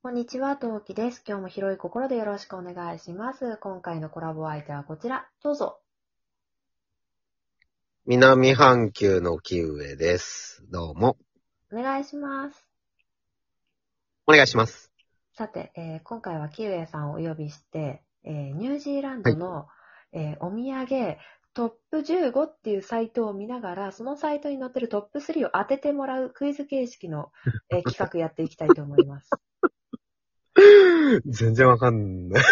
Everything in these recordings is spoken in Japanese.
こんにちは、トウキです。今日も広い心でよろしくお願いします。今回のコラボ相手はこちら。どうぞ。南半球の木上です。どうも。お願いします。お願いします。さて、えー今回はキウエさんをお呼びして、えーニュージーランドの、えーお土産トップ15っていうサイトを見ながら、そのサイトに載ってるトップ3を当ててもらうクイズ形式の、えー企画やっていきたいと思います。全然わか んない。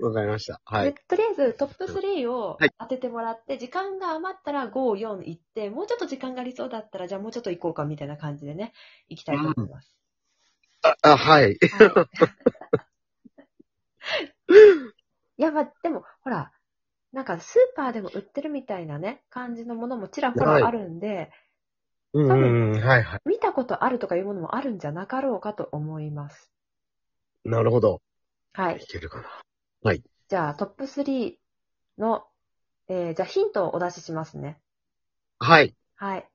わかりました。はでい。とりあえずトップ3をはい当ててもらって、時間が余ったら5、4行って、もうちょっと時間がありそうだったら、じゃあもうちょっと行こうかみたいな感じでね、行きたいと思います。あ、あはい。はいい や、まあ、でも、ほら、なんかスーパーでも売ってるみたいなね、感じのものもちらほらあるんで、うんうんうん、はいは見たことあるとかいうものもあるんじゃなかろうかと思います。い。なるほど。はいい。けるかな。じゃあ、トップ3の、えーじゃあヒントをお出ししますね。はい。はい。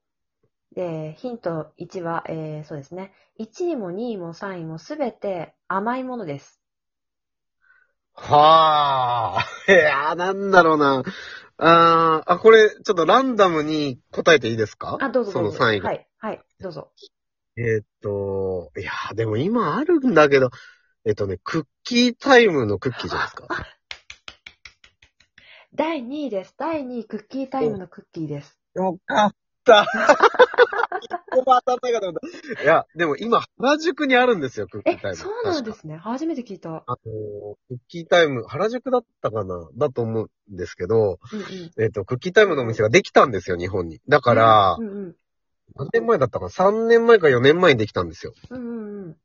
で、ヒント1は、えー、そうですね。1位も2位も3位もすべて甘いものです。はあ。いやー、なんだろうな。あーあ、これ、ちょっとランダムに答えていいですかあ、どうぞそどうのぞ。 3位が。はい。はい。どうぞ。えーっと、いやー、でも今あるんだけど、えっとね、クッキータイムのクッキーじゃないですか。第2位です。第2位、クッキータイムのクッキーです。よかった。一個も当たんなかと思 ったいや、でも今、原宿にあるんですよ、クッキえータイ、ム。そうなんで確かすね。初めて聞いた。あのー、クッキータイム、原宿だったかなだと思うんですけど、うんうん。えっ、と、クッキータイムのお店ができたんですよ、日本に。だからう、んうん。何年前だったかな ?3 年前か4年前にできたんですよ。うんうんうん。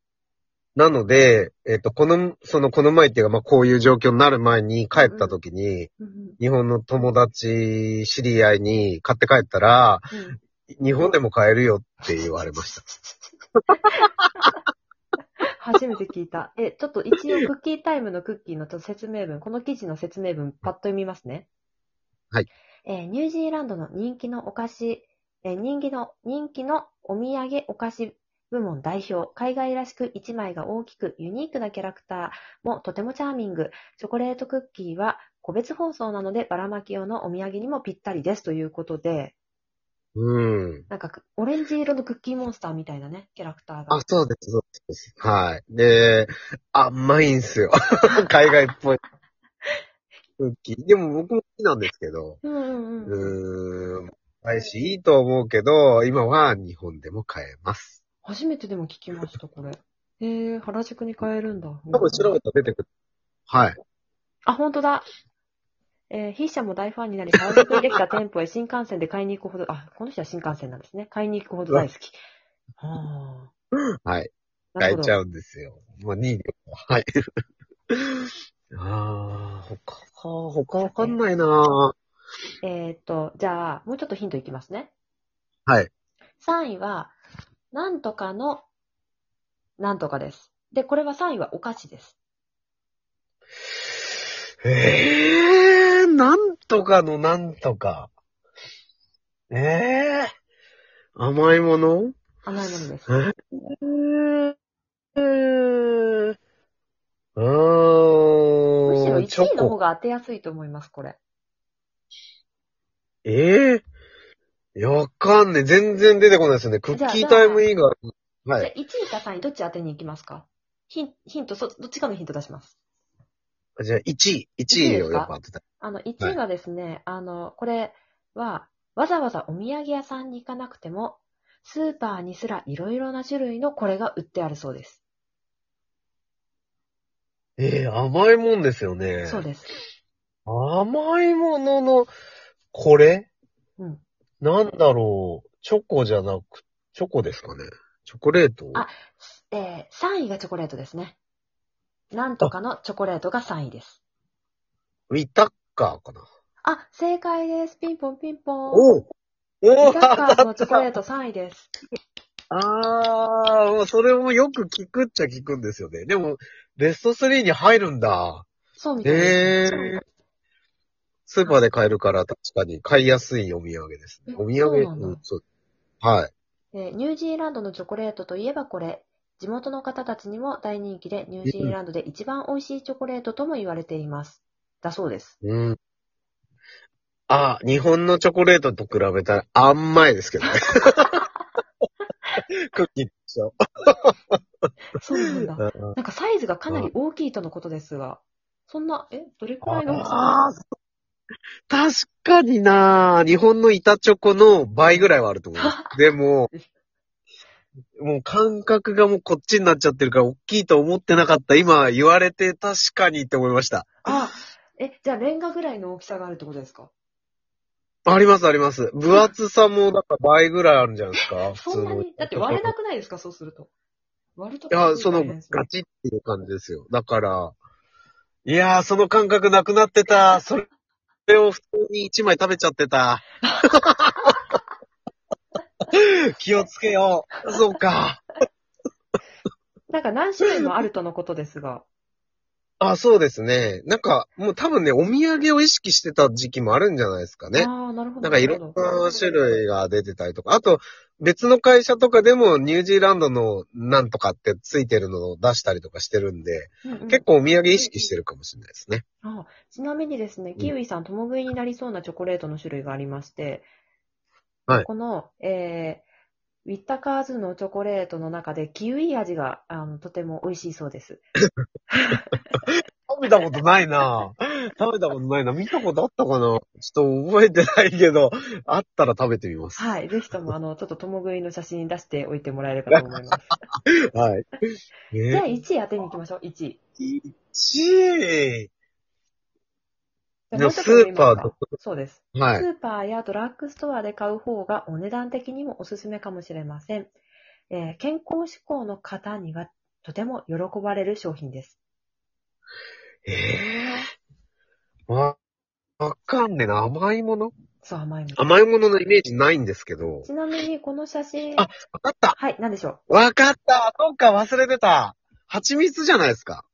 なので、えっ、と、この、その、この前っていうか、まあ、こういう状況になる前に帰った時に、うんうん日本の友達、知り合いに買って帰ったら、うん日本でも買えるよって言われました。初めて聞いた。え、ちょっと一応クッキータイムのクッキーのちょっと説明文、この記事の説明文、パッと読みますね。はい。えーニュージーランドの人気のお菓子、えー人気の、人気のお土産お菓子部門代表、海外らしく一枚が大きくユニークなキャラクターもとてもチャーミング、チョコレートクッキーは個別包装なのでばらまき用のお土産にもぴったりですということで、うん。なんかくオレンジ色のクッキーモンスターみたいなね、キャラクターがあ、。そうです、そうです。はい。で、甘いんすよ。 海外っぽい。クッキー。でも僕も好きなんですけど。うんうんうん。うーん。ないし、いいと思うけど、今は日本でも買えます。初めてでも聞きました、これ。へえ、原宿に買えるんだ。多分調べたら出てくる。はい。あ、本当だ。えー筆者も大ファンになり、原宿にできた店舗へ 新幹線で買いに行くほど、あ、この人は新幹線なんですね。買いに行くほど大好き。ははい。あ。な買るえほちゃど。うんですよ。まあ、2位でも。はい。あー、他か、他わかんないなえーっと、じゃあ、もうちょっとヒントいきますね。はい。 3位は、なんとかの、なんとかです。で、これは3位はお菓子です。ええー、なんとかのなんとか。ええー、甘いもの甘いものです。えー、えー、むうしろーん、チ1ョ位の方コ。が当てやすいと思います、これ。ええー、わかんねえ。全然出てこないですよね。クッキータイム以外。はじゃい。あ、1位か3位、どっち当てに行きますかヒンヒント、そどっちかのヒント出します。じゃあ1位。1位をやっぱ当てたい。あの、1位はですね、あの、これは、わざわざお土産屋さんに行かなくても、スーパーにすらいろいろな種類のこれが売ってあるそうです。ええー、甘いもんですよね。そうです。甘いものの、これうん。なんだろう、チョコじゃなく、チョコですかね。チョコレートあえー、3位がチョコレートですね。なんとかのチョコレートが3位です。ウィタッカーかな。あ、正解です。ピンポンピンポン。おおおピタッカーズのチョコレート3位です。あー、それもよく聞くっちゃ聞くんですよね。でも、ベスト3に入るんだ。そうみたいでえす。ー。スーパーで買えるから確かに買いやすいお土産ですね。お土そう産、なんだうんそうはい。えーニュージーランドのチョコレートといえばこれ。地元の方たちにも大人気で、ニュージーランドで一番美味しいチョコレートとも言われています。だそうです。うん。あ、日本のチョコレートと比べたら甘いで すけどね。クッキーでし ょ。そうなんだ。なんかサイズがかなり大きいとのことですが、そんな、え、どれくらいの大きあさあ、確かにな日本の板チョコの倍ぐらいはあると思います。で も、もう感覚がもうこっちになっちゃってるから大きいと思ってなかった。今言われて確かにって思いました。あ、え、じゃあレンガぐらいの大きさがあるってことですかありますあります。分厚さもだから倍ぐらいあるんじゃないですか普 そ通んなの。いに、だって割れなくないですかそうすると。割るとや、その大変ですねガチっていう感じですよ。だから、いやー、その感覚なくなってた。それを普通に一枚食べちゃってた。 気をつけよう。そうか。なんか何種類もあるとのことですが。あ、そうですね。なんか、もう多分ね、お土産を意識してた時期もあるんじゃないですかね。ああ、なるほど。なんかいろんるほどな種類が出てたりとか。あと、別の会社とかでもニュージーランドのなんとかってついてるのを出したりとかしてるんで、うんうん結構お土産意識してるかもしれないですね。あちなみにですね、んキウイさん、共食いになりそうなチョコレートの種類がありまして、はいこの、えー、ウィッタカーズのチョコレートの中で、キウイ味があのとても美味しいそうです。食べたことないなぁ食べたことないな見たことあったかなちょっと覚えてないけど、あったら食べてみます。はい、ぜひとも、あの、ちょっと共食いの写真出しておいてもらえればと思います。はい。じゃあ、え1位当てに行きましょう、1位。じー、ゃ1あでもうちょっと上見ますかスーパーそうです。位。はスい。ーパーやドラッグストアで買う方がお値段的にもおすすめかもしれません。えー健康志向の方にはとても喜ばれる商品です。えー、わ、わかんねえな。甘いものそう、甘いもの。甘いもののイメージないんですけど。ちなみに、この写真、あわかったはい、何でしょう。わかったそっか、忘れてた蜂蜜じゃないですか。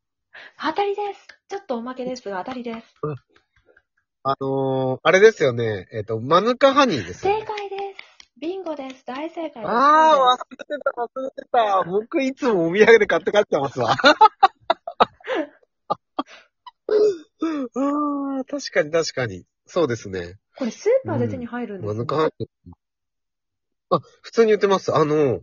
当たりです。ちょっとおまけですが、当たりです。あのー、あれですよね。えっ、と、マヌカハニーですよ正ね。解です。ビンゴです。大正解です。ああ、忘れてた、忘れてた。僕いつもお土産で買って帰ってますわ。ああ、確かに確かに。そうですね。これスーパーで手に入るんでマすヌよカハニー。あ、普通に売ってます。あの、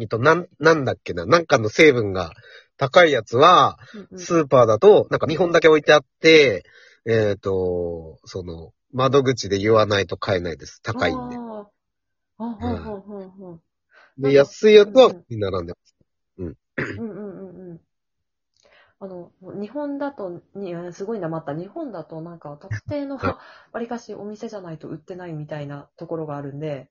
えっと、なん、なんだっけな。なんかの成分が高いやつは、うんうんスーパーだと、なんか2本だけ置いてあって、えっ、と、その、窓口で言わないと買えないです。高いんで。あーあ、ほうほうほうほう。で、安いやつは、並んでます。うんうんうんうん。あの、日本だと、にあすごいなまった。日本だとなんか特定のはわりかしお店じゃないと売ってないみたいなところがあるんで、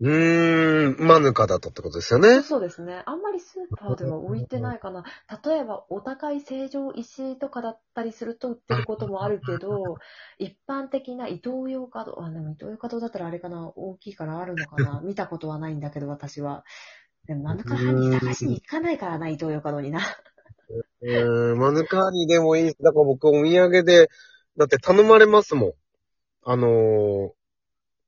うーん、マヌカだとってことですよそうね。そうですね。あんまりスーパーでは置いてないかな。例えばお高い成城石井とかだったりすると売ってることもあるけ ど、一般的なイトーヨーカドー、あ、でもイトーヨーカドーだったらあれかな、大きいからあるのかな。 見たことはないんだけど私は。でも、なんだかんだ探しに行かないから な、イトーヨーカドーにな。うーん、マヌカハニーでもいい。だから僕お土産で、だって頼まれますもん。あのー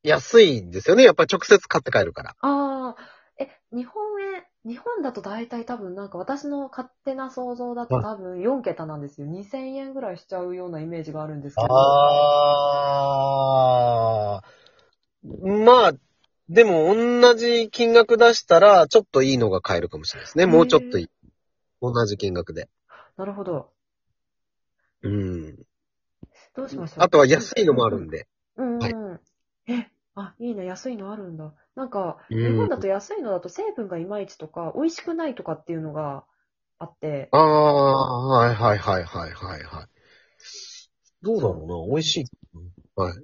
安いんですよね。やっぱり直接買って帰るから。ああ、 え、日本円、日本だと大体多分なんか私の勝手な想像だとはい多分4桁なんですよ。2000円ぐらいしちゃうようなイメージがあるんですけど。あー。まあ、でも同じ金額出したら、ちょっといいのが買えるかもしれないですね。もうちょっといい。同じ金額で。なるほど。うん。どうしましょう。あとは安いのもあるんで。うんうん。え、あ、いいな、安いのあるんだ。なんか、日本だと安いのだと成分がいまいちとか、美味しくないとかっていうのがあって、ああ、はいはいはいはいはいはい。どうだろうな美味しい。はい。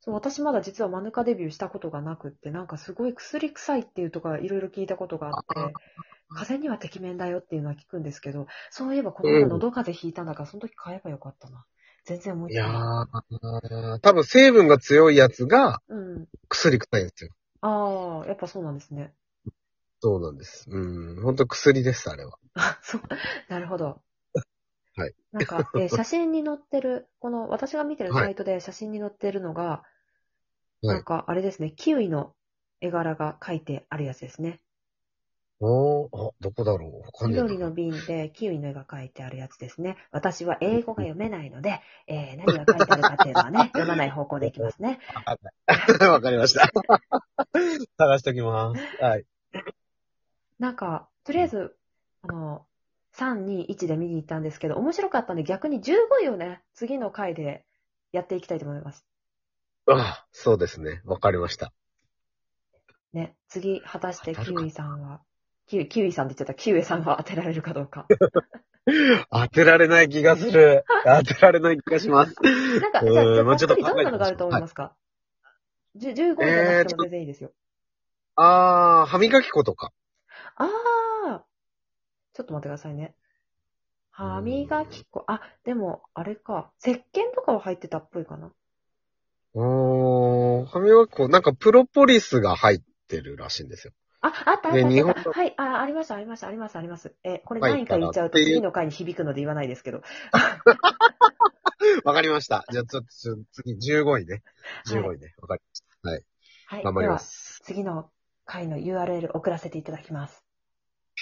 そう私まだ実はマヌカデビューしたことがなくって、なんかすごい薬臭いっていうとかいろいろ聞いたことがあってあ、風邪には適面だよっていうのは聞くんですけど、そういえばこの間喉風邪ひいたんだから、その時買えばよかったな。全然思いいつかやない。ー、多分成分が強いやつがうん。薬臭いんですよ。ああ、やっぱそうなんですね。そうなんです。うん、ほんと薬です、あれは。あ、そう。 なるほど。はい。なんか、 えー写真に載ってる、この私が見てるサイトで写真に載ってるのが、いなんかあれですね、キウイの絵柄が書いてあるやつですね。おー、あ、どこだろうわかんないな。緑の瓶でキウイの絵が書いてあるやつですね。私は英語が読めないので、えー何が書いてあるかっていうのは ね、読まない方向でいきますね。 わかりました。 探しときます。はい。なんか、とりあえず、あの、3、2、1で見に行ったんですけど、面白かったんで逆に15位をね、次の回でやっていきたいと思います。あそうですね。わかりました。ね、次、果たして当たキるかウイさんは、キウイ、キウイさんって言っちゃった、キウイさんは 当てられるかどう か。当てられない気がする。当てられない気がします。なんか、うーんじゃあ、じゃまああちざょっっくとり考えてどんなのみましょうがあると思いますか、じゅ ?15 位じゃなくても全然いいですよ。あー、歯磨き粉とか。ああちょっと待ってくださいね。歯磨き粉。あ、でも、あれか。石鹸とかは入ってたっぽいかな。おー、歯磨き粉、なんかプロポリスが入ってるらしいんですよ。あ、あった、あった、ね日あ本った。はい、あ、ありました、ありました、あります、あります。え、これはい何位か言っちゃうとだから次の回に響くので言わないですけど。わかりました。じゃあちょっとちょ次15位ね。15位ね。わかりましはい、た。頑張りま。ですは次の回の URL 送らせていただきます。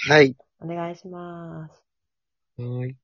はい。お願いします。はい。